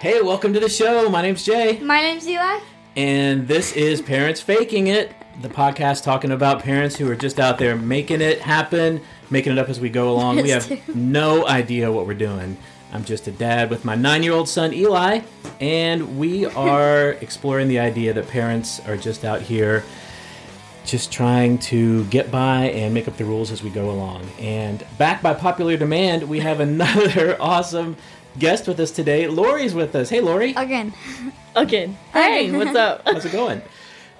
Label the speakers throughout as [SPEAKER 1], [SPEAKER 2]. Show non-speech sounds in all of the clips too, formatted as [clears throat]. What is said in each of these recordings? [SPEAKER 1] Hey, welcome to the show. My name's Jay,
[SPEAKER 2] My name's Eli.
[SPEAKER 1] and this is Parents Faking It, the podcast talking about parents who are just out there making it happen, making it up as we go along. We
[SPEAKER 2] Yes,
[SPEAKER 1] have
[SPEAKER 2] too.
[SPEAKER 1] no idea what we're doing. I'm just a dad with my nine year old son, Eli, and we are
[SPEAKER 2] [laughs]
[SPEAKER 1] exploring the idea that parents are just out here just trying to get by and make up the rules as we go along. And back by popular demand, we have another [laughs] awesome guest with us today. Lori's with us. Hey, Lori.
[SPEAKER 2] Again.
[SPEAKER 3] Again. Hey, what's up? [laughs]
[SPEAKER 1] How's it going?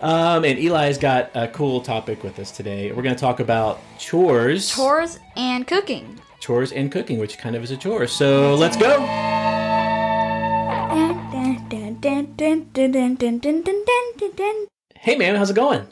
[SPEAKER 1] Um, and Eli's got a cool topic with us today. We're going to talk about chores,
[SPEAKER 2] Chores and cooking.
[SPEAKER 1] chores and cooking, which kind of is a chore. So let's go.
[SPEAKER 2] I'm
[SPEAKER 1] Hey, man, how's it going?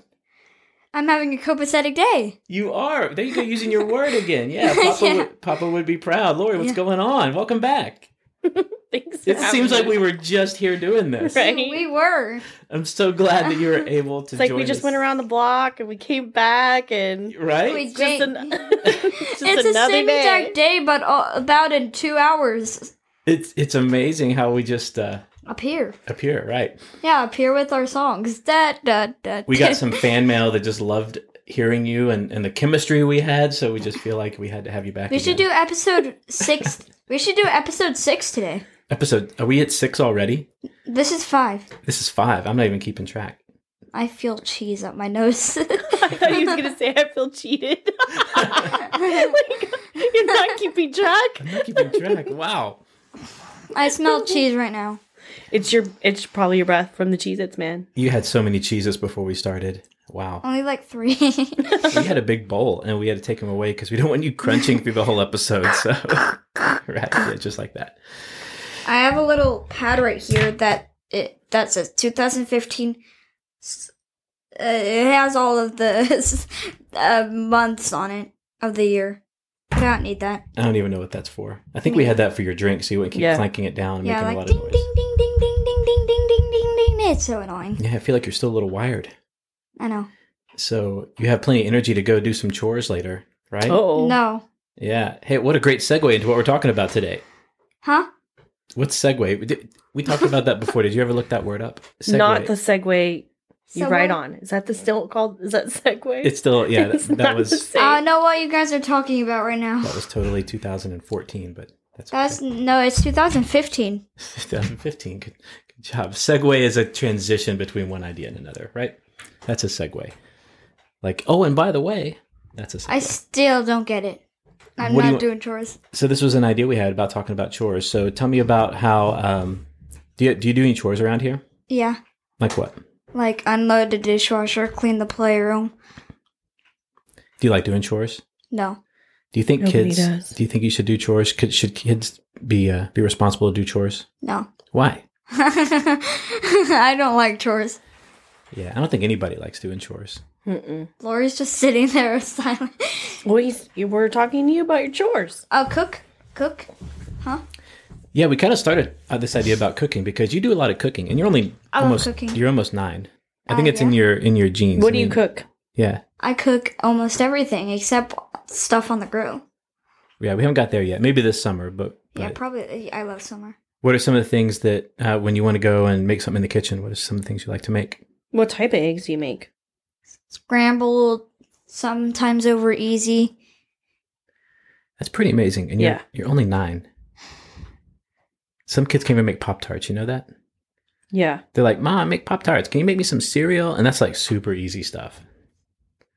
[SPEAKER 2] having a copacetic day.
[SPEAKER 1] You are. There you go, using your word again.
[SPEAKER 3] [laughs]
[SPEAKER 1] Yeah, Papa,
[SPEAKER 2] Yeah.
[SPEAKER 1] Would, Papa would be proud. Lori, what's
[SPEAKER 2] Yeah.
[SPEAKER 1] going on? Welcome back.
[SPEAKER 3] Thanks. for
[SPEAKER 1] It
[SPEAKER 3] having
[SPEAKER 1] seems
[SPEAKER 3] me.
[SPEAKER 1] like we were just here doing this.
[SPEAKER 3] Right.
[SPEAKER 2] We were.
[SPEAKER 1] I'm so glad that you were able to
[SPEAKER 3] [laughs] It's like
[SPEAKER 1] join
[SPEAKER 3] we just
[SPEAKER 1] us.
[SPEAKER 3] went around the block and we came back and
[SPEAKER 1] Right?
[SPEAKER 2] We
[SPEAKER 3] just,
[SPEAKER 2] did. [laughs]
[SPEAKER 3] an- [laughs] just
[SPEAKER 2] It's the
[SPEAKER 3] another
[SPEAKER 2] same
[SPEAKER 3] day.
[SPEAKER 2] exact day, but all, about in two hours
[SPEAKER 1] it's it's amazing how we just uh,
[SPEAKER 2] up here.
[SPEAKER 1] appear, right?
[SPEAKER 2] Yeah, up here with our songs. Da, da, da,
[SPEAKER 1] we
[SPEAKER 2] da.
[SPEAKER 1] got
[SPEAKER 2] [laughs]
[SPEAKER 1] some fan mail that just loved hearing you and, and the chemistry we had so we just feel like we had to have you back
[SPEAKER 2] We should
[SPEAKER 1] again.
[SPEAKER 2] do episode six. we should do episode six today.
[SPEAKER 1] episode are we at six already
[SPEAKER 2] This is five.
[SPEAKER 1] this is five i'm not even keeping track
[SPEAKER 2] I feel cheese up my nose. [laughs]
[SPEAKER 3] [laughs] I thought he was gonna say I feel cheated. [laughs] like you're
[SPEAKER 2] [laughs]
[SPEAKER 3] not keeping track.
[SPEAKER 1] i'm not keeping track [laughs] wow
[SPEAKER 2] I smell cheese right now.
[SPEAKER 3] It's your it's probably your breath from the Cheez Its man.
[SPEAKER 1] you had so many cheeses before we started wow
[SPEAKER 2] Only like three. [laughs]
[SPEAKER 1] we had a big bowl and we had to take them away because we don't want you crunching through the whole episode so [laughs] right yeah just like that
[SPEAKER 2] I have a little pad right here that it that says 2015. S- Uh, it has all of the [laughs] uh, months on it of the year. I don't need that.
[SPEAKER 1] i don't even know what that's for i think we had that for your drink so you wouldn't keep
[SPEAKER 3] Yeah.
[SPEAKER 1] clanking it down and
[SPEAKER 2] yeah,
[SPEAKER 1] making
[SPEAKER 2] like
[SPEAKER 1] a
[SPEAKER 2] ding
[SPEAKER 1] lot of noise
[SPEAKER 2] ding ding ding ding ding ding ding ding ding ding. It's so annoying.
[SPEAKER 1] yeah i feel like you're still a little wired
[SPEAKER 2] I know.
[SPEAKER 1] So you have plenty of energy to go do some chores later, right?
[SPEAKER 3] Oh
[SPEAKER 2] No,
[SPEAKER 1] Yeah. Hey, what a great segue into what we're talking about today.
[SPEAKER 2] huh?
[SPEAKER 1] What's segue? We, did, we talked about that before. Did you ever look that word up? Segue.
[SPEAKER 3] not the segue you
[SPEAKER 2] So
[SPEAKER 3] ride
[SPEAKER 2] what-
[SPEAKER 3] on. Is that the still called is that segue?
[SPEAKER 1] It's still yeah.
[SPEAKER 3] [laughs] It's
[SPEAKER 1] That, that
[SPEAKER 3] not the
[SPEAKER 1] was
[SPEAKER 3] same.
[SPEAKER 2] Uh, I know what you guys are talking about right now.
[SPEAKER 1] that was totally 2014, but that's [laughs]
[SPEAKER 3] Uh.
[SPEAKER 2] That's no, it's 2015.
[SPEAKER 1] okay. 2015. Good, good job. Segue is a transition between one idea and another, right? That's a segue. Like oh, and by the way, that's a segue.
[SPEAKER 2] I still don't get it. I'm
[SPEAKER 1] What do you
[SPEAKER 2] not
[SPEAKER 1] want-
[SPEAKER 2] doing chores.
[SPEAKER 1] so this was an idea we had about talking about chores. So tell me about how um, do you do you do any chores around here?
[SPEAKER 2] Yeah,
[SPEAKER 1] Like what?
[SPEAKER 2] like unload the dishwasher, clean the playroom.
[SPEAKER 1] Do you like doing chores?
[SPEAKER 2] No,
[SPEAKER 1] Do you think
[SPEAKER 3] Nobody
[SPEAKER 1] kids?
[SPEAKER 3] does.
[SPEAKER 1] Do you think you should do chores? Could, should kids be uh, be responsible to do chores?
[SPEAKER 2] no. [laughs]
[SPEAKER 1] Why?
[SPEAKER 2] I don't like chores.
[SPEAKER 1] Yeah, I don't think anybody likes doing chores.
[SPEAKER 3] Mm-mm.
[SPEAKER 2] Lori's just sitting there [laughs] silent.
[SPEAKER 3] Well, he's, you- we're talking to you about your chores.
[SPEAKER 2] Oh, cook, cook.
[SPEAKER 1] Yeah, we kind of started uh, this idea about cooking because you do a lot of cooking, and you're only
[SPEAKER 2] love
[SPEAKER 1] almost
[SPEAKER 2] cooking.
[SPEAKER 1] you're almost nine. I
[SPEAKER 2] Uh,
[SPEAKER 1] think it's in
[SPEAKER 2] yeah.
[SPEAKER 1] your in your genes.
[SPEAKER 3] Oh, What
[SPEAKER 1] I
[SPEAKER 3] do you
[SPEAKER 1] mean,
[SPEAKER 3] cook?
[SPEAKER 1] Yeah,
[SPEAKER 2] I cook almost everything except stuff on the grill.
[SPEAKER 1] yeah, we haven't got there yet. Maybe this summer, but, but
[SPEAKER 2] Yeah, probably. I love summer.
[SPEAKER 1] what are some of the things that uh, when you want to go and make something in the kitchen? What are some things you like to make?
[SPEAKER 3] What type of eggs do you make?
[SPEAKER 2] Scrambled, sometimes over easy.
[SPEAKER 1] That's pretty amazing, and you're
[SPEAKER 3] Yeah.
[SPEAKER 1] you're only nine. Some kids can't even make pop tarts. You know that?
[SPEAKER 3] Yeah.
[SPEAKER 1] They're like, Mom, make Pop Tarts. Can you make me some cereal? And that's like super easy stuff.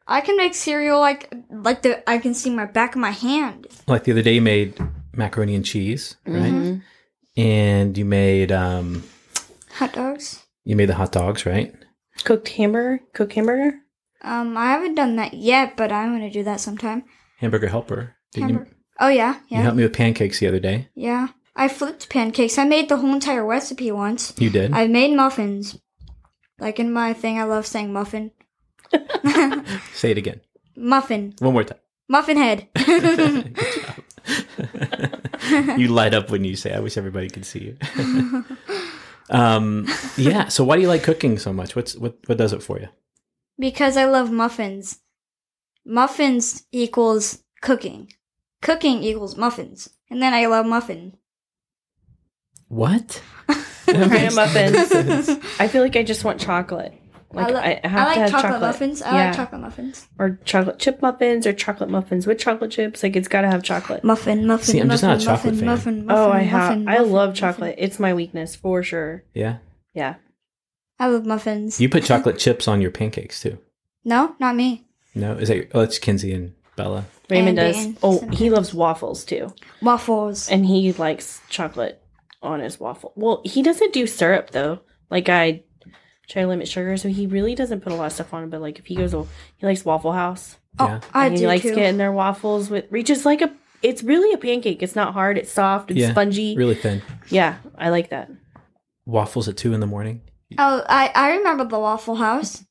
[SPEAKER 2] I can make cereal like like the I can see my back of my hand.
[SPEAKER 1] Like the other day, you made macaroni and cheese, right?
[SPEAKER 3] Mhm.
[SPEAKER 2] Mm-hmm.
[SPEAKER 1] And you made um,
[SPEAKER 2] Hot dogs.
[SPEAKER 1] you made the hot dogs, right?
[SPEAKER 3] Cooked hamburger? Cooked hamburger?
[SPEAKER 2] Um, I haven't done that yet, but I'm gonna do that sometime.
[SPEAKER 1] Hamburger Helper. Didn't
[SPEAKER 2] Hamburger.
[SPEAKER 1] you,
[SPEAKER 2] Oh yeah, yeah,
[SPEAKER 1] you helped me with pancakes the other day.
[SPEAKER 2] yeah. I flipped pancakes. I made the whole entire recipe once.
[SPEAKER 1] You did.
[SPEAKER 2] I've made muffins. Like in my thing, I love saying muffin.
[SPEAKER 1] Say it again,
[SPEAKER 2] muffin.
[SPEAKER 1] one more time. [laughs]
[SPEAKER 2] Muffin head. [laughs]
[SPEAKER 1] you light up when you say. I wish everybody could see you. um, yeah. So why do you like cooking so much? What's what? What does it for you?
[SPEAKER 2] because I love muffins. Muffins equals
[SPEAKER 3] [laughs]
[SPEAKER 2] cooking. Cooking equals muffins. And then I love muffin.
[SPEAKER 1] What? [laughs]
[SPEAKER 3] Graham
[SPEAKER 2] [laughs]
[SPEAKER 3] muffins.
[SPEAKER 1] muffins.
[SPEAKER 3] I feel like I just want chocolate. Like I,
[SPEAKER 2] lo-
[SPEAKER 3] have to
[SPEAKER 2] like
[SPEAKER 3] have
[SPEAKER 2] chocolate,
[SPEAKER 3] chocolate
[SPEAKER 2] muffins. I
[SPEAKER 3] yeah.
[SPEAKER 2] like chocolate muffins.
[SPEAKER 3] or chocolate chip muffins or chocolate muffins with chocolate chips. Like it's got to have chocolate.
[SPEAKER 2] Muffin, muffin,
[SPEAKER 1] See, I'm just
[SPEAKER 2] muffin,
[SPEAKER 1] not a chocolate
[SPEAKER 2] muffin,
[SPEAKER 1] fan.
[SPEAKER 2] muffin, muffin,
[SPEAKER 3] oh, I have.
[SPEAKER 2] muffin,
[SPEAKER 3] I
[SPEAKER 2] muffin,
[SPEAKER 3] love
[SPEAKER 2] muffin.
[SPEAKER 3] chocolate. It's my weakness for sure.
[SPEAKER 1] Yeah.
[SPEAKER 3] Yeah.
[SPEAKER 2] I love muffins.
[SPEAKER 1] You put chocolate chips on your pancakes too.
[SPEAKER 2] No, not me.
[SPEAKER 1] No, is that? Oh, it's Kinsey and Bella.
[SPEAKER 3] Raymond
[SPEAKER 2] And
[SPEAKER 3] does.
[SPEAKER 2] Dan
[SPEAKER 3] Oh,
[SPEAKER 2] sometimes.
[SPEAKER 3] he loves waffles too,
[SPEAKER 2] Waffles.
[SPEAKER 3] and he likes chocolate on his waffle. Well, he doesn't do syrup though. Like I try to limit sugar, so he really doesn't put a lot of stuff on it. But like if he goes, to- he likes Waffle House.
[SPEAKER 2] oh,
[SPEAKER 1] Yeah.
[SPEAKER 2] I
[SPEAKER 3] and he
[SPEAKER 2] do
[SPEAKER 3] likes
[SPEAKER 2] too.
[SPEAKER 3] getting their waffles with reaches like a. It's really a pancake. It's not hard. It's soft. It's
[SPEAKER 1] Yeah,
[SPEAKER 3] spongy.
[SPEAKER 1] Really thin
[SPEAKER 3] Yeah, I like that.
[SPEAKER 1] waffles at two in the morning.
[SPEAKER 2] Oh, I I remember the Waffle House.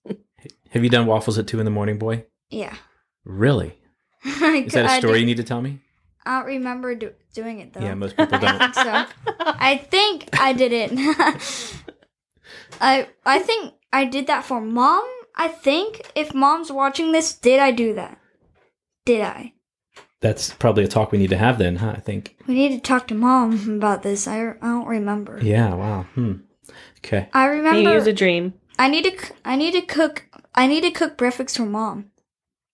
[SPEAKER 1] Have you done waffles at two in the morning, boy?
[SPEAKER 2] Yeah.
[SPEAKER 1] Really?
[SPEAKER 2] [laughs]
[SPEAKER 1] Is that a
[SPEAKER 2] I
[SPEAKER 1] story
[SPEAKER 2] do-
[SPEAKER 1] you need to tell me?
[SPEAKER 2] I don't remember do- doing it though.
[SPEAKER 1] Yeah, most people
[SPEAKER 2] I
[SPEAKER 1] don't.
[SPEAKER 2] think [laughs] so. I think I did it. [laughs] I I think I did that for mom. I think if mom's watching this, did I do that? Did I?
[SPEAKER 1] That's probably a talk we need to have then, huh? I think.
[SPEAKER 2] We need to talk to mom [laughs] about this. I, I don't remember.
[SPEAKER 1] Yeah. Wow. Hmm. Okay.
[SPEAKER 2] I
[SPEAKER 3] Maybe it was a
[SPEAKER 2] remember.
[SPEAKER 3] dream.
[SPEAKER 2] I need to. c- I need to cook. I need to cook breakfast for mom.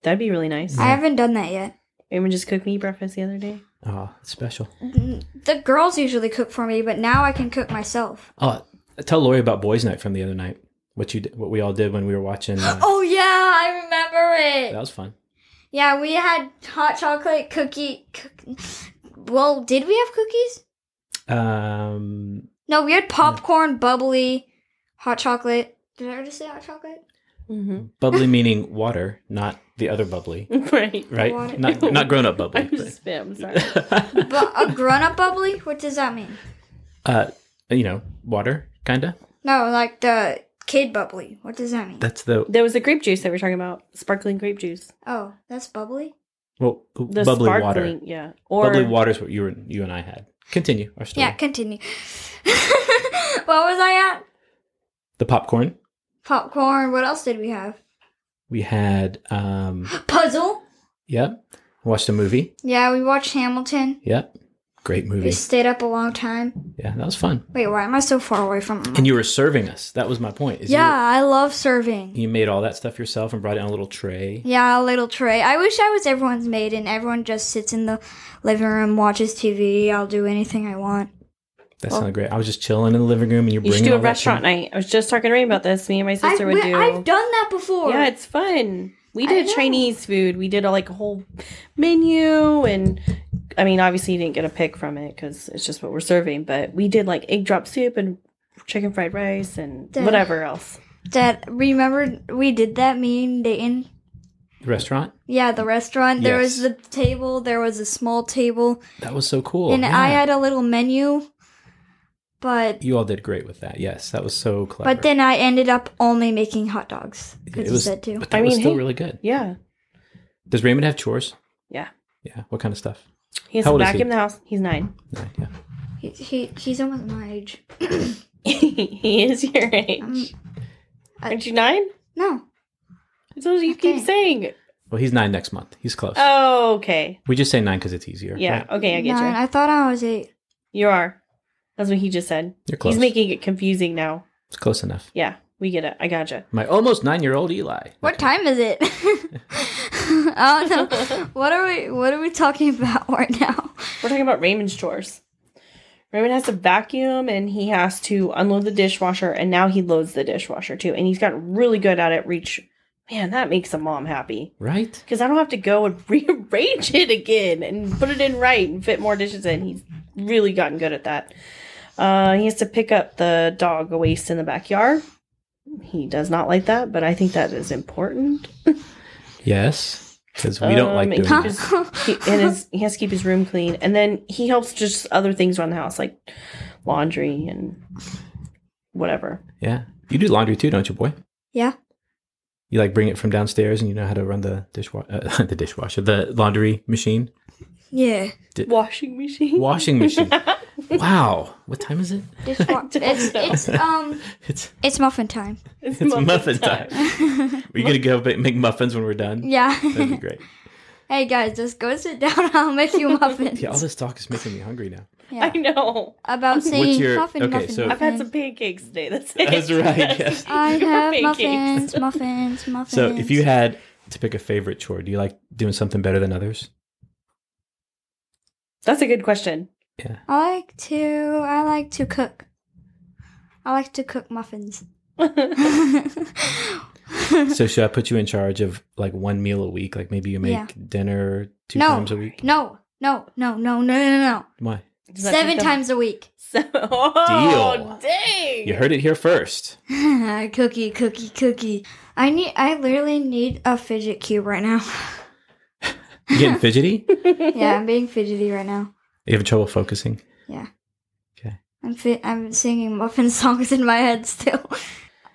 [SPEAKER 3] That'd be really nice.
[SPEAKER 2] I haven't done that yet.
[SPEAKER 3] Raymond just cooked me breakfast the other day.
[SPEAKER 1] Oh, it's special.
[SPEAKER 2] The girls usually cook for me, but now I can cook myself.
[SPEAKER 1] Oh, tell Lori about boys' night from the other night. What you did, what we all did when we were watching. Uh,
[SPEAKER 2] [gasps] Oh yeah, I remember it.
[SPEAKER 1] that was fun.
[SPEAKER 2] Yeah, we had hot chocolate cookie. Cook- well, did we have cookies?
[SPEAKER 1] Um,
[SPEAKER 2] No, we had popcorn, bubbly, hot chocolate. Did I already say hot chocolate?
[SPEAKER 3] Mm-hmm.
[SPEAKER 1] bubbly meaning water, not the other
[SPEAKER 2] [laughs]
[SPEAKER 1] bubbly,
[SPEAKER 3] [laughs] right.
[SPEAKER 1] right?
[SPEAKER 2] Water.
[SPEAKER 1] Not not grown up
[SPEAKER 2] [laughs]
[SPEAKER 3] I
[SPEAKER 1] bubbly.
[SPEAKER 3] just spit. I'm sorry.
[SPEAKER 1] but-
[SPEAKER 2] But a grown up bubbly? What does that mean?
[SPEAKER 1] [laughs] uh, you know, water, kinda.
[SPEAKER 2] No, like the kid bubbly. What does that mean?
[SPEAKER 1] That's the
[SPEAKER 3] There was a grape juice that we are talking about. Sparkling grape juice.
[SPEAKER 2] Oh, that's bubbly?
[SPEAKER 1] well
[SPEAKER 3] The
[SPEAKER 1] bubbly water.
[SPEAKER 3] sparkling, Yeah. Or
[SPEAKER 1] bubbly water is what you were, you and I had. Continue our story.
[SPEAKER 2] Yeah, continue. [laughs] what was I at?
[SPEAKER 1] The popcorn
[SPEAKER 2] Popcorn. What else did we have?
[SPEAKER 1] we had.
[SPEAKER 3] [gasps]
[SPEAKER 1] Um,
[SPEAKER 2] Puzzle.
[SPEAKER 1] yep. Watched a movie.
[SPEAKER 2] Yeah, we watched Hamilton.
[SPEAKER 1] Yep. Great
[SPEAKER 2] We
[SPEAKER 1] movie.
[SPEAKER 2] stayed up a long time.
[SPEAKER 1] Yeah, that was fun.
[SPEAKER 2] Wait, why am I so far away from
[SPEAKER 1] And you were serving us. That was my point. is you
[SPEAKER 2] Yeah, I love serving.
[SPEAKER 1] You made all that stuff yourself and brought it on a little tray.
[SPEAKER 2] Yeah, a little tray. I wish I was everyone's maid and everyone just sits in the living room, watches TV. I'll do anything I want.
[SPEAKER 1] That
[SPEAKER 2] Oh.
[SPEAKER 1] sounded great. I was just chilling in the living room and you're
[SPEAKER 3] you
[SPEAKER 1] bringing
[SPEAKER 3] should do a
[SPEAKER 1] all that
[SPEAKER 3] restaurant
[SPEAKER 1] thing.
[SPEAKER 3] night. I was just talking to Raymond about this. Me and my sister would do.
[SPEAKER 2] I've done that before.
[SPEAKER 3] yeah, it's fun. We
[SPEAKER 2] I
[SPEAKER 3] did
[SPEAKER 2] know.
[SPEAKER 3] Chinese food. We did a, like a whole menu, and I mean, obviously, you didn't get a pick from it because it's just what we're serving. But we did like egg drop soup and chicken fried rice and
[SPEAKER 2] Dang.
[SPEAKER 3] whatever else.
[SPEAKER 2] Dad, remember we did that, me and Dayton?
[SPEAKER 1] Restaurant?
[SPEAKER 2] Yeah, the restaurant. There was
[SPEAKER 1] Yes.
[SPEAKER 2] the table, there was a small table,
[SPEAKER 1] That was so cool.
[SPEAKER 2] and
[SPEAKER 1] yeah.
[SPEAKER 2] I had a little menu. But
[SPEAKER 1] You all did great with that. Yes, that was so clever.
[SPEAKER 2] but then I ended up only making hot dogs
[SPEAKER 1] It
[SPEAKER 2] because you
[SPEAKER 1] was-
[SPEAKER 2] said to.
[SPEAKER 1] But that
[SPEAKER 3] I
[SPEAKER 1] was
[SPEAKER 3] mean,
[SPEAKER 1] still
[SPEAKER 3] hey.
[SPEAKER 1] really good.
[SPEAKER 3] Yeah,
[SPEAKER 1] Does Raymond have chores?
[SPEAKER 3] yeah.
[SPEAKER 1] Yeah. What kind of stuff?
[SPEAKER 3] He has
[SPEAKER 1] How
[SPEAKER 3] to
[SPEAKER 1] old is he?
[SPEAKER 3] vacuum the house. He's nine. [laughs]
[SPEAKER 1] Yeah. yeah.
[SPEAKER 2] He, he he's almost my age. [clears throat]
[SPEAKER 3] he is your age.
[SPEAKER 2] Um, I-
[SPEAKER 3] Aren't you nine?
[SPEAKER 2] No,
[SPEAKER 3] That's what you
[SPEAKER 2] Okay.
[SPEAKER 3] keep saying.
[SPEAKER 1] Well, he's nine next month. He's close.
[SPEAKER 3] Oh, okay.
[SPEAKER 1] we just say nine because it's easier.
[SPEAKER 3] Yeah.
[SPEAKER 1] right?
[SPEAKER 3] Okay, I get
[SPEAKER 2] nine.
[SPEAKER 3] you.
[SPEAKER 2] I thought I was eight.
[SPEAKER 3] You are. That's what he just said.
[SPEAKER 1] You're close.
[SPEAKER 3] He's making it confusing now.
[SPEAKER 1] it's close enough.
[SPEAKER 3] Yeah, we get it. I gotcha.
[SPEAKER 1] My almost nine year old Eli.
[SPEAKER 2] What time is it? [laughs] I don't know. What are we What are we talking about [laughs] right now?
[SPEAKER 3] We're talking about Raymond's chores. Raymond has to vacuum and he has to unload the dishwasher, and now he loads the dishwasher too. And he's gotten really good at it. Reach, man, that makes a mom happy
[SPEAKER 1] Right?
[SPEAKER 3] because I don't have to go and [laughs] rearrange it again and put it in right and fit more dishes in. He's really gotten good at that. Uh, he has to pick up the dog waste in the backyard. He does not like that, but I think that is important.
[SPEAKER 1] Yes. Because we don't
[SPEAKER 3] Um,
[SPEAKER 1] like
[SPEAKER 3] and
[SPEAKER 1] doing
[SPEAKER 3] he
[SPEAKER 1] that.
[SPEAKER 3] just- he- and his, he has to keep his room clean, and then he helps just other things around the house, like laundry and whatever.
[SPEAKER 1] Yeah. You do laundry too, don't you, boy?
[SPEAKER 2] [laughs] Yeah.
[SPEAKER 1] You like bring it from downstairs and you know how to run the dishwasher, uh, [laughs] the dishwasher, the laundry machine,
[SPEAKER 2] Yeah.
[SPEAKER 3] Washing machine. [laughs]
[SPEAKER 1] washing machine. wow. What time is it?
[SPEAKER 2] Dishwa- [laughs]
[SPEAKER 3] don't
[SPEAKER 2] it's
[SPEAKER 3] know.
[SPEAKER 2] it's um
[SPEAKER 1] It's
[SPEAKER 2] it's muffin time. [laughs]
[SPEAKER 1] it's muffin time. Are you going to go ba- make muffins when we're done?
[SPEAKER 2] yeah.
[SPEAKER 3] [laughs]
[SPEAKER 1] That'd be great.
[SPEAKER 2] [laughs] Hey guys, just go sit down. [laughs] I'll
[SPEAKER 1] [laughs]
[SPEAKER 2] make you muffins.
[SPEAKER 1] Yeah, all this talk is making me hungry now.
[SPEAKER 2] Yeah.
[SPEAKER 3] I know.
[SPEAKER 2] About saying
[SPEAKER 1] your-
[SPEAKER 2] muffin,
[SPEAKER 1] okay,
[SPEAKER 2] muffin,
[SPEAKER 1] so-
[SPEAKER 2] muffin.
[SPEAKER 3] I've had some pancakes today. That's it.
[SPEAKER 1] That's right,
[SPEAKER 3] [laughs]
[SPEAKER 1] yes. [laughs]
[SPEAKER 2] I
[SPEAKER 3] Your
[SPEAKER 2] have
[SPEAKER 3] pancakes.
[SPEAKER 2] muffins, muffins, muffins.
[SPEAKER 1] So, if you had to pick a favorite chore, do you like doing something better than
[SPEAKER 2] [laughs]
[SPEAKER 1] others?
[SPEAKER 3] That's a good [laughs] question.
[SPEAKER 2] I like to, I like to cook. I like to
[SPEAKER 1] [laughs]
[SPEAKER 2] cook muffins. [laughs]
[SPEAKER 1] So, should I put you in charge of like one meal a week? Like maybe you make
[SPEAKER 2] Yeah.
[SPEAKER 1] dinner two
[SPEAKER 2] No.
[SPEAKER 1] times a week?
[SPEAKER 2] no, no, no, no, no, no, no,
[SPEAKER 1] Why?
[SPEAKER 2] no. Seven [laughs] times a week.
[SPEAKER 3] So, oh,
[SPEAKER 1] Deal.
[SPEAKER 3] dang.
[SPEAKER 1] You heard it here first.
[SPEAKER 2] cookie, cookie, cookie. I need, I literally need a fidget cube right now. [laughs]
[SPEAKER 1] You getting fidgety? You
[SPEAKER 2] yeah, I'm being fidgety right now.
[SPEAKER 1] having trouble focusing?
[SPEAKER 2] I'm fi- I'm singing muffin [laughs] songs in my head still.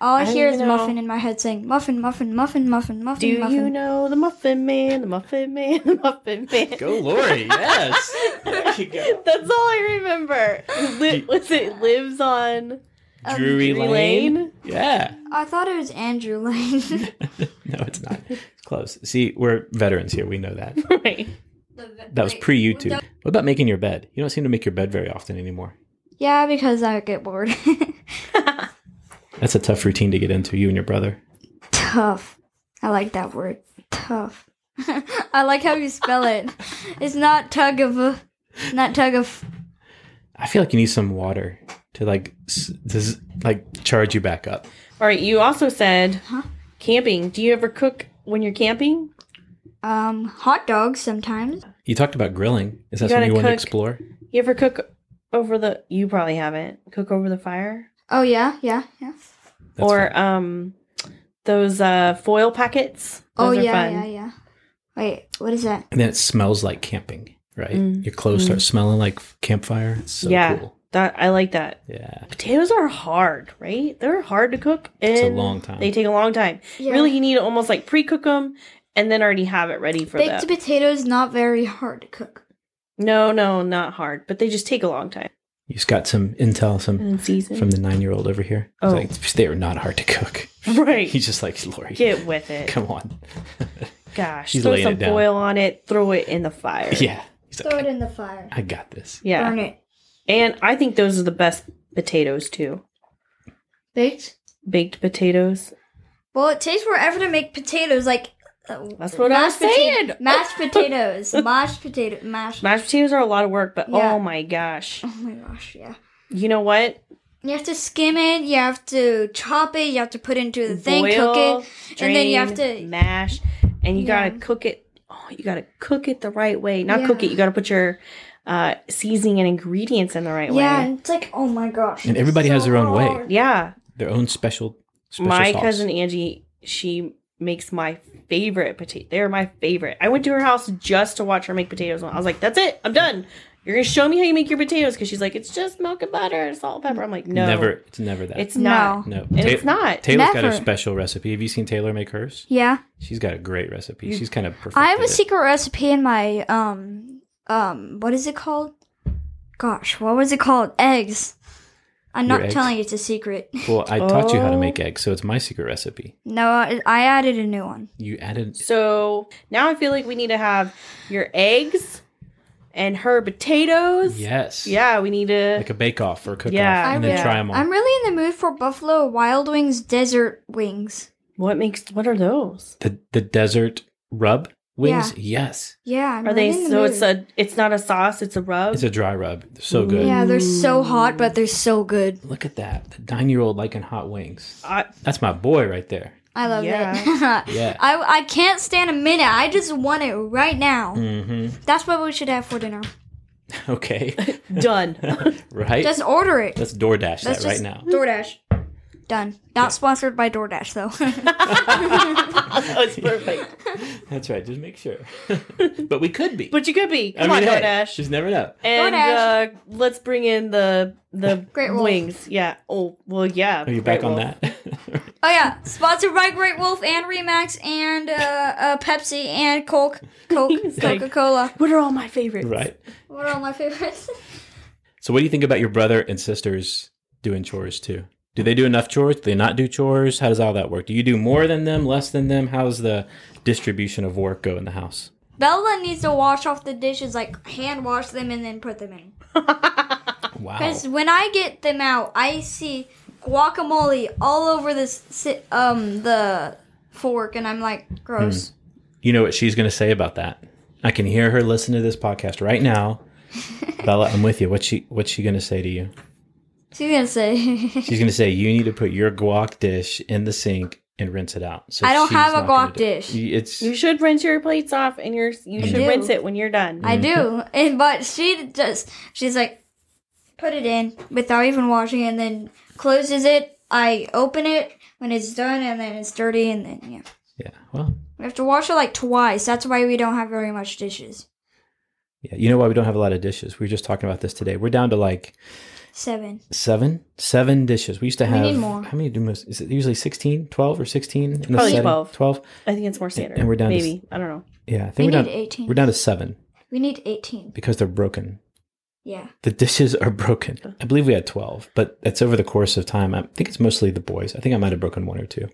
[SPEAKER 2] All I,
[SPEAKER 3] I don't
[SPEAKER 2] hear is
[SPEAKER 3] even know.
[SPEAKER 2] muffin in my head saying muffin, muffin, muffin, muffin, muffin,
[SPEAKER 3] Do
[SPEAKER 2] muffin.
[SPEAKER 3] you know the Muffin Man? The Muffin Man. The Muffin Man.
[SPEAKER 1] Go, Lori. Yes. There you go.
[SPEAKER 3] [laughs] That's all I remember. Li-
[SPEAKER 1] Do-
[SPEAKER 3] was it lives on
[SPEAKER 2] Um,
[SPEAKER 1] Drury
[SPEAKER 3] Drury
[SPEAKER 1] Lane.
[SPEAKER 3] Lane?
[SPEAKER 1] Yeah.
[SPEAKER 2] [laughs]
[SPEAKER 1] [laughs]
[SPEAKER 2] I thought it was Andrew [laughs] Lane.
[SPEAKER 1] No, it's not. It's close. See, we're veterans here. We know that.
[SPEAKER 3] Right.
[SPEAKER 1] That was pre YouTube. What about making your bed? You don't seem to make your bed very often anymore.
[SPEAKER 2] Yeah, because I get bored. [laughs]
[SPEAKER 1] That's a tough routine to get into, you and your brother.
[SPEAKER 2] Tough. I like that word. Tough. [laughs] I like how you spell it. It's not tug of, a- not tug of.
[SPEAKER 1] I feel like you need some water to like s- to s- like charge you back up.
[SPEAKER 3] All right. You also said
[SPEAKER 2] Huh?
[SPEAKER 3] camping. Do you ever cook when you're camping?
[SPEAKER 2] Um, hot dogs sometimes.
[SPEAKER 1] You talked about grilling. Is that
[SPEAKER 3] You
[SPEAKER 1] something
[SPEAKER 3] gotta
[SPEAKER 1] you want to
[SPEAKER 3] cook.
[SPEAKER 1] explore?
[SPEAKER 3] You ever cook over the? You probably haven't cook over the fire
[SPEAKER 2] Oh yeah, yeah, yeah.
[SPEAKER 1] That's
[SPEAKER 3] or
[SPEAKER 1] fun.
[SPEAKER 3] um those uh foil packets.
[SPEAKER 2] oh
[SPEAKER 3] Those are
[SPEAKER 2] yeah,
[SPEAKER 3] fun.
[SPEAKER 2] yeah, yeah. Wait, what is that?
[SPEAKER 1] and then it smells like camping, right?
[SPEAKER 3] Mm.
[SPEAKER 1] Your clothes
[SPEAKER 3] Mm.
[SPEAKER 1] start smelling like campfire. It's so
[SPEAKER 3] Yeah.
[SPEAKER 1] cool.
[SPEAKER 3] That I like that.
[SPEAKER 1] Yeah,
[SPEAKER 3] Potatoes are hard, right? They're hard to cook. And
[SPEAKER 1] it's a long time.
[SPEAKER 3] They take a long time.
[SPEAKER 2] Yeah.
[SPEAKER 3] Really, you need to almost like pre-cook them and then already have it ready for
[SPEAKER 2] baked
[SPEAKER 3] that.
[SPEAKER 2] potatoes not very hard to cook.
[SPEAKER 3] no, no, not hard, but they just take a long time.
[SPEAKER 1] you just got some intel, some
[SPEAKER 3] And then
[SPEAKER 1] [laughs]
[SPEAKER 3] season.
[SPEAKER 1] from the nine-year-old over here. He's
[SPEAKER 3] Mm. Oh.
[SPEAKER 1] like, they are not hard to cook. [laughs]
[SPEAKER 3] right.
[SPEAKER 1] He's just like Lori.
[SPEAKER 3] Get with it.
[SPEAKER 1] Come
[SPEAKER 3] [laughs]
[SPEAKER 1] on.
[SPEAKER 3] Gosh,
[SPEAKER 1] She's
[SPEAKER 3] throw
[SPEAKER 1] laying
[SPEAKER 3] some
[SPEAKER 1] it down.
[SPEAKER 3] foil on it. Throw it in the fire.
[SPEAKER 1] yeah. He's
[SPEAKER 2] Throw it
[SPEAKER 1] like,
[SPEAKER 2] in the fire.
[SPEAKER 1] I got this.
[SPEAKER 3] Yeah.
[SPEAKER 2] Burn it.
[SPEAKER 3] And I think those are the best potatoes too.
[SPEAKER 2] Baked.
[SPEAKER 3] Baked potatoes.
[SPEAKER 2] Well, it takes forever to make potatoes. Like uh,
[SPEAKER 3] That's what I
[SPEAKER 2] mashed
[SPEAKER 3] was
[SPEAKER 2] potato-
[SPEAKER 3] saying. [laughs]
[SPEAKER 2] mashed potatoes, mashed potato, mashed.
[SPEAKER 3] Mashed potatoes are a lot of work, but
[SPEAKER 2] Yeah.
[SPEAKER 3] oh my gosh.
[SPEAKER 2] oh my gosh, yeah.
[SPEAKER 3] You know what?
[SPEAKER 2] You have to skim it. You have to chop it. You have to put it into the thing, cook it. and then you have
[SPEAKER 3] drain,
[SPEAKER 2] to-
[SPEAKER 3] mash and you
[SPEAKER 2] Yeah.
[SPEAKER 3] gotta cook it oh you gotta cook it the right way. Not cook
[SPEAKER 2] Yeah.
[SPEAKER 3] it, you gotta put your uh seasoning and ingredients in the right
[SPEAKER 2] Yeah,
[SPEAKER 3] way.
[SPEAKER 2] and it's like oh my gosh.
[SPEAKER 1] And everybody has their own way.
[SPEAKER 3] Yeah.
[SPEAKER 1] Their own special. special
[SPEAKER 3] my
[SPEAKER 1] sauce.
[SPEAKER 3] cousin Angie, she makes my favorite potato. They're my favorite. I went to her house just to watch her make potatoes. I was like, "That's it. I'm done. You're gonna show me how you make your potatoes." Because she's like, "It's just milk and butter and salt and pepper." I'm like, "No,
[SPEAKER 1] Never. It's never that.
[SPEAKER 3] It's
[SPEAKER 2] No.
[SPEAKER 3] not.
[SPEAKER 1] no.
[SPEAKER 3] And
[SPEAKER 1] Ta-
[SPEAKER 3] it's not."
[SPEAKER 1] Taylor's got a
[SPEAKER 2] Never.
[SPEAKER 1] special recipe. Have you seen Taylor make hers?
[SPEAKER 2] Yeah,
[SPEAKER 1] She's got a great recipe. She's kind of perfect.
[SPEAKER 2] I have a secret recipe in my um um what is it called? Gosh, what was it called? Eggs. I'm
[SPEAKER 1] Your
[SPEAKER 2] not
[SPEAKER 1] eggs?
[SPEAKER 2] telling you it's a secret.
[SPEAKER 1] Well, I taught you how to
[SPEAKER 3] Oh.
[SPEAKER 1] make eggs, so it's my secret recipe.
[SPEAKER 2] No, I I added a new one.
[SPEAKER 1] You added
[SPEAKER 3] so now I feel like we need to have your eggs and her potatoes.
[SPEAKER 1] yes,
[SPEAKER 3] Yeah, we need to.
[SPEAKER 1] like a bake off or a cook off,
[SPEAKER 3] Yeah.
[SPEAKER 1] and
[SPEAKER 2] I
[SPEAKER 1] then
[SPEAKER 2] will.
[SPEAKER 1] try them all.
[SPEAKER 2] I'm really in the mood for Buffalo Wild Wings desert wings.
[SPEAKER 3] what makes? What are those?
[SPEAKER 1] the the desert rub wings. Yes,
[SPEAKER 2] Yeah, I'm
[SPEAKER 3] Are they?
[SPEAKER 2] really in the
[SPEAKER 3] So
[SPEAKER 2] mood.
[SPEAKER 3] it's a. It's not a sauce. It's a rub.
[SPEAKER 1] it's a dry rub. They're so good.
[SPEAKER 2] yeah, they're so hot, but they're so good.
[SPEAKER 1] Look at that. The nine year old liking hot wings.
[SPEAKER 3] I-
[SPEAKER 1] That's my boy right there.
[SPEAKER 2] I love [laughs]
[SPEAKER 3] Yeah.
[SPEAKER 2] that.
[SPEAKER 1] Yeah.
[SPEAKER 2] I I can't stand a minute. I just want it right now.
[SPEAKER 1] hmm
[SPEAKER 2] That's what we should have for dinner.
[SPEAKER 1] [laughs]
[SPEAKER 3] [laughs]
[SPEAKER 1] Okay. [laughs]
[SPEAKER 3] done.
[SPEAKER 1] right.
[SPEAKER 2] Just order it.
[SPEAKER 1] Let's DoorDash that
[SPEAKER 2] Let's
[SPEAKER 1] right
[SPEAKER 2] just-
[SPEAKER 1] now.
[SPEAKER 2] DoorDash. Done. Not sponsored by DoorDash though. [laughs]
[SPEAKER 3] That's perfect.
[SPEAKER 1] That's right. Just make sure. [laughs] but we could be.
[SPEAKER 3] But you could be. Come on,
[SPEAKER 1] hey,
[SPEAKER 3] DoorDash.
[SPEAKER 1] Just never know.
[SPEAKER 3] And
[SPEAKER 2] DoorDash.
[SPEAKER 3] Uh, let's bring in the the
[SPEAKER 2] [laughs] Great Wolf.
[SPEAKER 3] wings. Yeah. Oh well. Yeah.
[SPEAKER 1] Are you
[SPEAKER 3] Great
[SPEAKER 1] back on
[SPEAKER 3] Wolf.
[SPEAKER 1] that? [laughs]
[SPEAKER 2] oh yeah, sponsored by Great Wolf and Remax and uh, uh, Pepsi and Coke, Coke,
[SPEAKER 3] He's like-
[SPEAKER 2] Coca Cola.
[SPEAKER 3] What are all my favorites?
[SPEAKER 1] right.
[SPEAKER 2] What are all my favorites? [laughs]
[SPEAKER 1] So, what do you think about your brother and sisters doing chores too? Do they do enough chores? Do they not do chores? How does all that work? Do you do more than them, less than them? How's the distribution of work go in the house?
[SPEAKER 2] Bella needs to wash off the dishes, like hand wash them and then put them in.
[SPEAKER 1] Wow.
[SPEAKER 2] Because when I get them out, I see guacamole all over this si- um the fork, and I'm like, gross.
[SPEAKER 1] You know what she's going to say about that? I can hear her listen to this podcast right
[SPEAKER 2] [laughs]
[SPEAKER 1] now. Bella, I'm with you. What's she What's she going to say to you?
[SPEAKER 2] She's gonna say, [laughs]
[SPEAKER 1] She's going to say you need to put your guac dish in the sink and rinse it out. So
[SPEAKER 2] I don't
[SPEAKER 1] she's
[SPEAKER 2] have a
[SPEAKER 1] not gonna
[SPEAKER 2] guac
[SPEAKER 1] do-
[SPEAKER 2] dish.
[SPEAKER 1] It's
[SPEAKER 3] You should rinse your plates off, and your you should
[SPEAKER 2] do.
[SPEAKER 3] rinse it when you're done.
[SPEAKER 2] I do, and but she just she's like, put it in without even washing, it, and then closes it. I open it when it's done, and then it's dirty, and then yeah,
[SPEAKER 1] yeah. Well,
[SPEAKER 2] we have to wash it like twice. That's why we don't have very much dishes.
[SPEAKER 1] yeah. You know why we don't have a lot of dishes? We were just talking about this today. We're down to like
[SPEAKER 2] Seven.
[SPEAKER 1] seven, seven dishes. We used to
[SPEAKER 2] We
[SPEAKER 1] have
[SPEAKER 2] need more.
[SPEAKER 1] how many do most? Is it usually 16, 12 or sixteen?
[SPEAKER 3] Probably 12.
[SPEAKER 1] Twelve.
[SPEAKER 3] I think it's more standard.
[SPEAKER 1] and we're down to
[SPEAKER 3] Maybe I don't know.
[SPEAKER 1] Yeah, I think
[SPEAKER 2] We
[SPEAKER 1] we're
[SPEAKER 2] need
[SPEAKER 1] down.
[SPEAKER 2] eighteen.
[SPEAKER 1] We're down to seven
[SPEAKER 2] We need eighteen.
[SPEAKER 1] because they're broken.
[SPEAKER 2] Yeah.
[SPEAKER 1] The dishes are [laughs] broken. I believe we had 12, but that's over the course of time. I think it's mostly the boys. I think I might have broken one or two,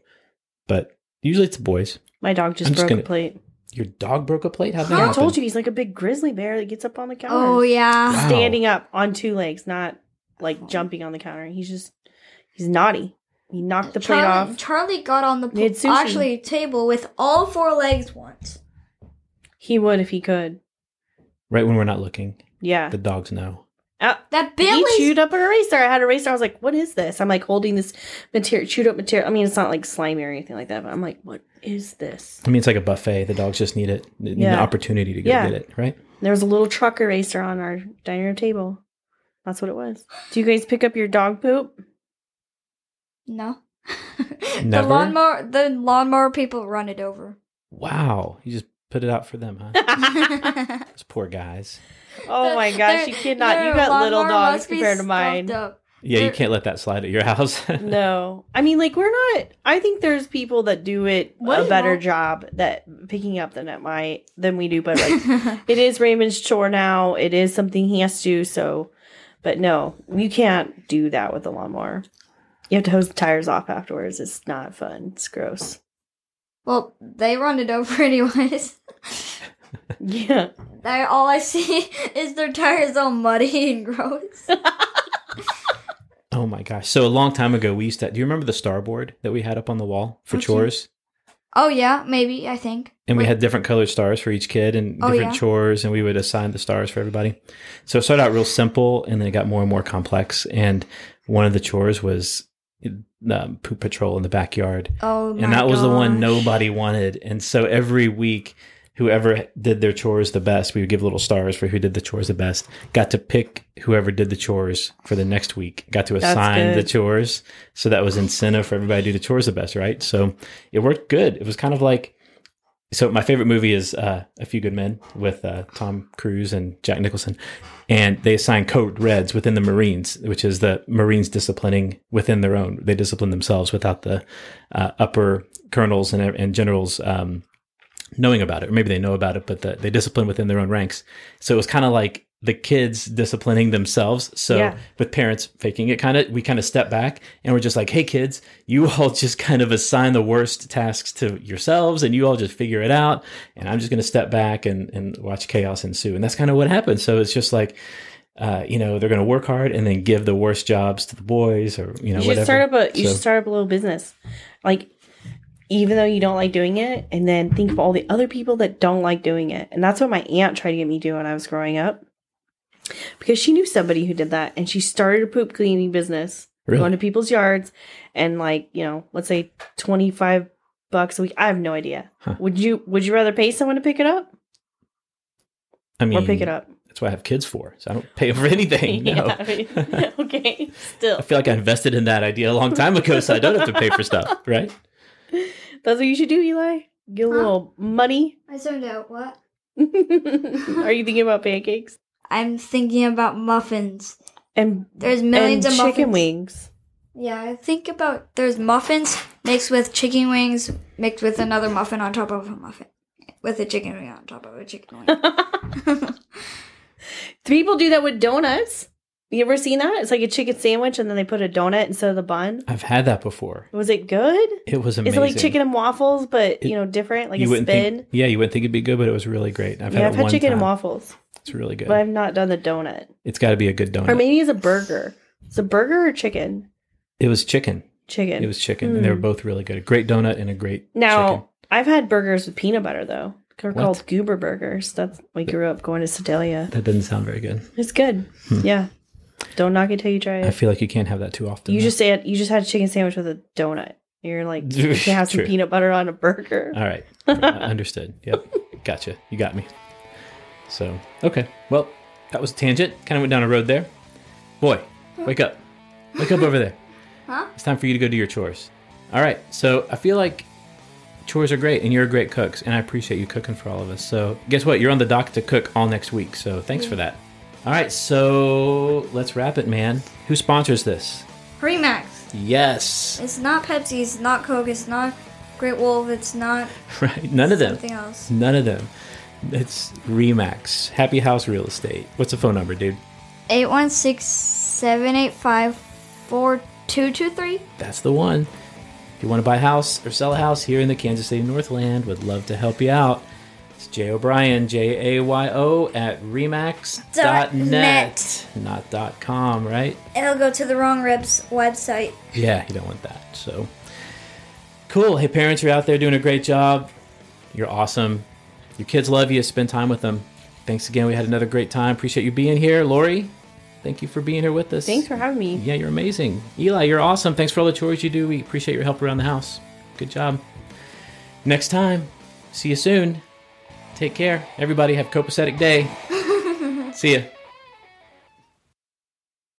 [SPEAKER 1] but usually it's the boys.
[SPEAKER 3] My dog just
[SPEAKER 1] I'm just
[SPEAKER 3] broke
[SPEAKER 1] gonna-
[SPEAKER 3] a plate.
[SPEAKER 1] Your dog broke a plate? How'd that
[SPEAKER 3] I
[SPEAKER 1] happen?
[SPEAKER 3] told you he's like a big grizzly bear that gets up on the counter.
[SPEAKER 2] Oh yeah.
[SPEAKER 1] Wow.
[SPEAKER 3] standing up on two legs, not like jumping on the counter. He's just he's naughty. He knocked the plate
[SPEAKER 2] Charlie,
[SPEAKER 3] off.
[SPEAKER 2] Charlie got on the
[SPEAKER 3] We had
[SPEAKER 2] pl-
[SPEAKER 3] sushi.
[SPEAKER 2] actually table with all four legs once.
[SPEAKER 3] He would if he could.
[SPEAKER 1] Right when we're not looking,
[SPEAKER 3] Yeah.
[SPEAKER 1] the dogs know.
[SPEAKER 3] Uh,
[SPEAKER 2] That
[SPEAKER 3] he
[SPEAKER 2] Billy.
[SPEAKER 3] chewed up an eraser. I had an eraser. I was like, "What is this?" I'm like holding this material, chewed up material. I mean, it's not like slimy or anything like that, but I'm like, "What is this?"
[SPEAKER 1] I mean, it's like a buffet. The dogs just need it, they need an
[SPEAKER 3] Yeah.
[SPEAKER 1] opportunity to go
[SPEAKER 3] Yeah.
[SPEAKER 1] get it, right?
[SPEAKER 3] There was a little truck eraser on our dining room table. That's what it was. Do you guys pick up your dog poop?
[SPEAKER 2] No. [laughs] the
[SPEAKER 1] Never?
[SPEAKER 2] lawnmower. The lawnmower people run it over. [laughs]
[SPEAKER 1] Wow. You just put it out for them,
[SPEAKER 3] [laughs]
[SPEAKER 1] huh?
[SPEAKER 2] oh
[SPEAKER 1] Those poor guys.
[SPEAKER 3] Oh my gosh, you cannot. You got little dogs compared to mine.
[SPEAKER 2] [laughs]
[SPEAKER 1] Yeah, you
[SPEAKER 2] They're-
[SPEAKER 1] can't let that slide at your house. [laughs]
[SPEAKER 3] No, I mean, like we're not. I think there's people that do it
[SPEAKER 2] What?
[SPEAKER 3] a better job that picking up than at my than we do. But like, it is Raymond's chore now. It is something he has to do. So, but no, you can't do that with a lawnmower. You have to hose the tires off afterwards. It's not fun. It's gross.
[SPEAKER 1] [laughs]
[SPEAKER 2] well, they run it over [laughs] anyways.
[SPEAKER 3] Yeah,
[SPEAKER 2] They, all I see [laughs] is their tires all muddy and
[SPEAKER 3] [laughs]
[SPEAKER 2] gross.
[SPEAKER 1] oh my gosh. So, a long time ago, we used to. Do you remember the starboard that we had up on the wall for
[SPEAKER 2] Mhm.
[SPEAKER 1] chores?
[SPEAKER 2] oh yeah, maybe I think.
[SPEAKER 1] And we
[SPEAKER 2] Wait.
[SPEAKER 1] had different colored stars for each kid and
[SPEAKER 2] Oh,
[SPEAKER 1] different
[SPEAKER 2] yeah?
[SPEAKER 1] chores, and we would assign the stars for everybody. So it started out real simple, and then it got more and more complex. And one of the chores was um, poop patrol in the backyard,
[SPEAKER 2] Oh my
[SPEAKER 1] and that was the one
[SPEAKER 2] gosh.
[SPEAKER 1] nobody wanted. And so every week, whoever did their chores the best, we would give little stars for who did the chores the best. Got to pick whoever did the chores for the next week. Got to
[SPEAKER 3] That's
[SPEAKER 1] assign the
[SPEAKER 3] good.
[SPEAKER 1] chores, so that was incentive for everybody to do the chores the best, right? So it worked good. It was kind of like so my favorite movie is uh, A Few Good Men with uh, Tom Cruise and Jack Nicholson, and they assign code reds within the Marines, which is the Marines disciplining within their own. They discipline themselves without the uh, upper colonels and, and generals um, knowing about it, or maybe they know about it, but the, they discipline within their own ranks. So it was kind of like the kids disciplining themselves. So
[SPEAKER 3] Yeah.
[SPEAKER 1] with parents faking it, kind of we kind of step back and we're just like, hey kids, you all [laughs] just kind of assign the worst tasks to yourselves, and you all just figure it out. And I'm just going to step back and and watch chaos ensue. And that's kind of what happened. So it's just like. Uh, you know they're going to work hard and then give the worst jobs to the boys, or you know
[SPEAKER 3] you should
[SPEAKER 1] whatever.
[SPEAKER 3] start up a you
[SPEAKER 1] So-
[SPEAKER 3] should start up a little business, like even though you don't like doing it, and then think of all the other people that don't like doing it. And that's what my aunt tried to get me to do when I was growing up, because she knew somebody who did that, and she started a poop cleaning business,
[SPEAKER 1] Really?
[SPEAKER 3] going to people's yards, and like you know, let's say twenty five bucks a week. I have no idea.
[SPEAKER 1] Huh.
[SPEAKER 3] Would you Would you rather pay someone to pick it up
[SPEAKER 1] I mean,
[SPEAKER 3] or pick it up?
[SPEAKER 1] That's what I have kids for. So I don't pay for [laughs] anything. No.
[SPEAKER 3] [laughs] Yeah, I mean, [laughs] okay,
[SPEAKER 1] [laughs]
[SPEAKER 3] still.
[SPEAKER 1] I feel like I invested in that idea a long time ago, so I don't have to pay for
[SPEAKER 3] [laughs]
[SPEAKER 1] stuff, right?
[SPEAKER 3] That's what you should do, Eli. Get a
[SPEAKER 2] Huh?
[SPEAKER 3] little money. [laughs]
[SPEAKER 2] I zoned out. What?
[SPEAKER 3] Are you thinking about pancakes
[SPEAKER 2] I'm thinking about muffins.
[SPEAKER 3] and
[SPEAKER 2] There's millions
[SPEAKER 3] and
[SPEAKER 2] of
[SPEAKER 3] chicken
[SPEAKER 2] muffins.
[SPEAKER 3] wings?
[SPEAKER 2] Yeah, I think about there's muffins mixed with chicken wings, mixed with another muffin on top of a muffin, with a chicken wing
[SPEAKER 3] [laughs]
[SPEAKER 2] on top of a chicken wing.
[SPEAKER 3] People do that with donuts. You ever seen that? It's like a chicken sandwich and then they put a donut instead of the bun.
[SPEAKER 1] I've had that before.
[SPEAKER 3] Was it good?
[SPEAKER 1] It was
[SPEAKER 3] It's
[SPEAKER 1] amazing.
[SPEAKER 3] like chicken and waffles, but
[SPEAKER 1] It-
[SPEAKER 3] you know, different, like
[SPEAKER 1] you
[SPEAKER 3] a
[SPEAKER 1] wouldn't
[SPEAKER 3] spin.
[SPEAKER 1] Think, yeah, you wouldn't think it'd be good, but it was really great. I've
[SPEAKER 3] yeah,
[SPEAKER 1] had
[SPEAKER 3] I've
[SPEAKER 1] it
[SPEAKER 3] had
[SPEAKER 1] one
[SPEAKER 3] chicken
[SPEAKER 1] time.
[SPEAKER 3] and waffles,
[SPEAKER 1] It's really good.
[SPEAKER 3] but I've not done the donut.
[SPEAKER 1] it's got to be a good donut.
[SPEAKER 3] Or maybe it's a burger. It's a burger or chicken?
[SPEAKER 1] it was chicken.
[SPEAKER 3] Chicken. Mm.
[SPEAKER 1] It was chicken, and they were
[SPEAKER 3] Hmm.
[SPEAKER 1] both really good. A great donut and a great
[SPEAKER 3] now
[SPEAKER 1] chicken.
[SPEAKER 3] I've had burgers with peanut butter though. They're
[SPEAKER 1] What?
[SPEAKER 3] called goober burgers. That's we grew up going to Sedalia.
[SPEAKER 1] That doesn't sound very good.
[SPEAKER 3] It's good. Yeah. Don't knock it till you try
[SPEAKER 1] Hmm. I
[SPEAKER 3] it.
[SPEAKER 1] feel like you can't have that too often.
[SPEAKER 3] You
[SPEAKER 1] though.
[SPEAKER 3] just had you just had a chicken sandwich with a donut. You're like you can have
[SPEAKER 1] [laughs]
[SPEAKER 3] some
[SPEAKER 1] True.
[SPEAKER 3] peanut butter on a burger.
[SPEAKER 1] All
[SPEAKER 3] [laughs]
[SPEAKER 1] right. Uh, Understood. Yep. Gotcha. You got me. So, okay. Well, that was a tangent. Kind of went down a road there. Boy, wake up. Wake up over
[SPEAKER 3] [laughs]
[SPEAKER 1] there.
[SPEAKER 2] Huh?
[SPEAKER 1] It's time for you to go do your chores. All right. So, I feel like chores are great and you're great cooks and I appreciate you cooking for all of us. So, guess what? You're on the dock to cook all next week. So, thanks for that. All right. So, let's wrap it, man. Who sponsors this?
[SPEAKER 2] Remax.
[SPEAKER 1] Yes. [laughs]
[SPEAKER 2] It's not Pepsi. It's not Coke. It's not Great Wolf. It's not
[SPEAKER 1] Right. None of them.
[SPEAKER 2] something else.
[SPEAKER 1] None of them. It's Remax. Happy House Real Estate. What's the phone number, dude?
[SPEAKER 2] Eight one six seven eight five four two two three.
[SPEAKER 1] That's the one. If you want to buy a house or sell a house here in the Kansas City Northland, would love to help you out. It's Jay O'Brien, J A Y O at
[SPEAKER 2] Dot
[SPEAKER 1] remax.net.
[SPEAKER 2] net.
[SPEAKER 1] Not dot com, right?
[SPEAKER 2] It'll go to the wrong rebs website.
[SPEAKER 1] Yeah, you don't want that. So cool. Hey, parents, you're out there doing a great job. You're awesome. Your kids love you. Spend time with them. Thanks again. We had another great time. Appreciate you being here, Lori. Thank you for being here with us.
[SPEAKER 3] Thanks for having me.
[SPEAKER 1] Yeah, you're amazing. Eli, you're awesome. Thanks for all the chores you do. We appreciate your help around the house. Good job. Next time,
[SPEAKER 3] [laughs]
[SPEAKER 1] see you soon. Take care. Everybody have a copacetic day. see ya.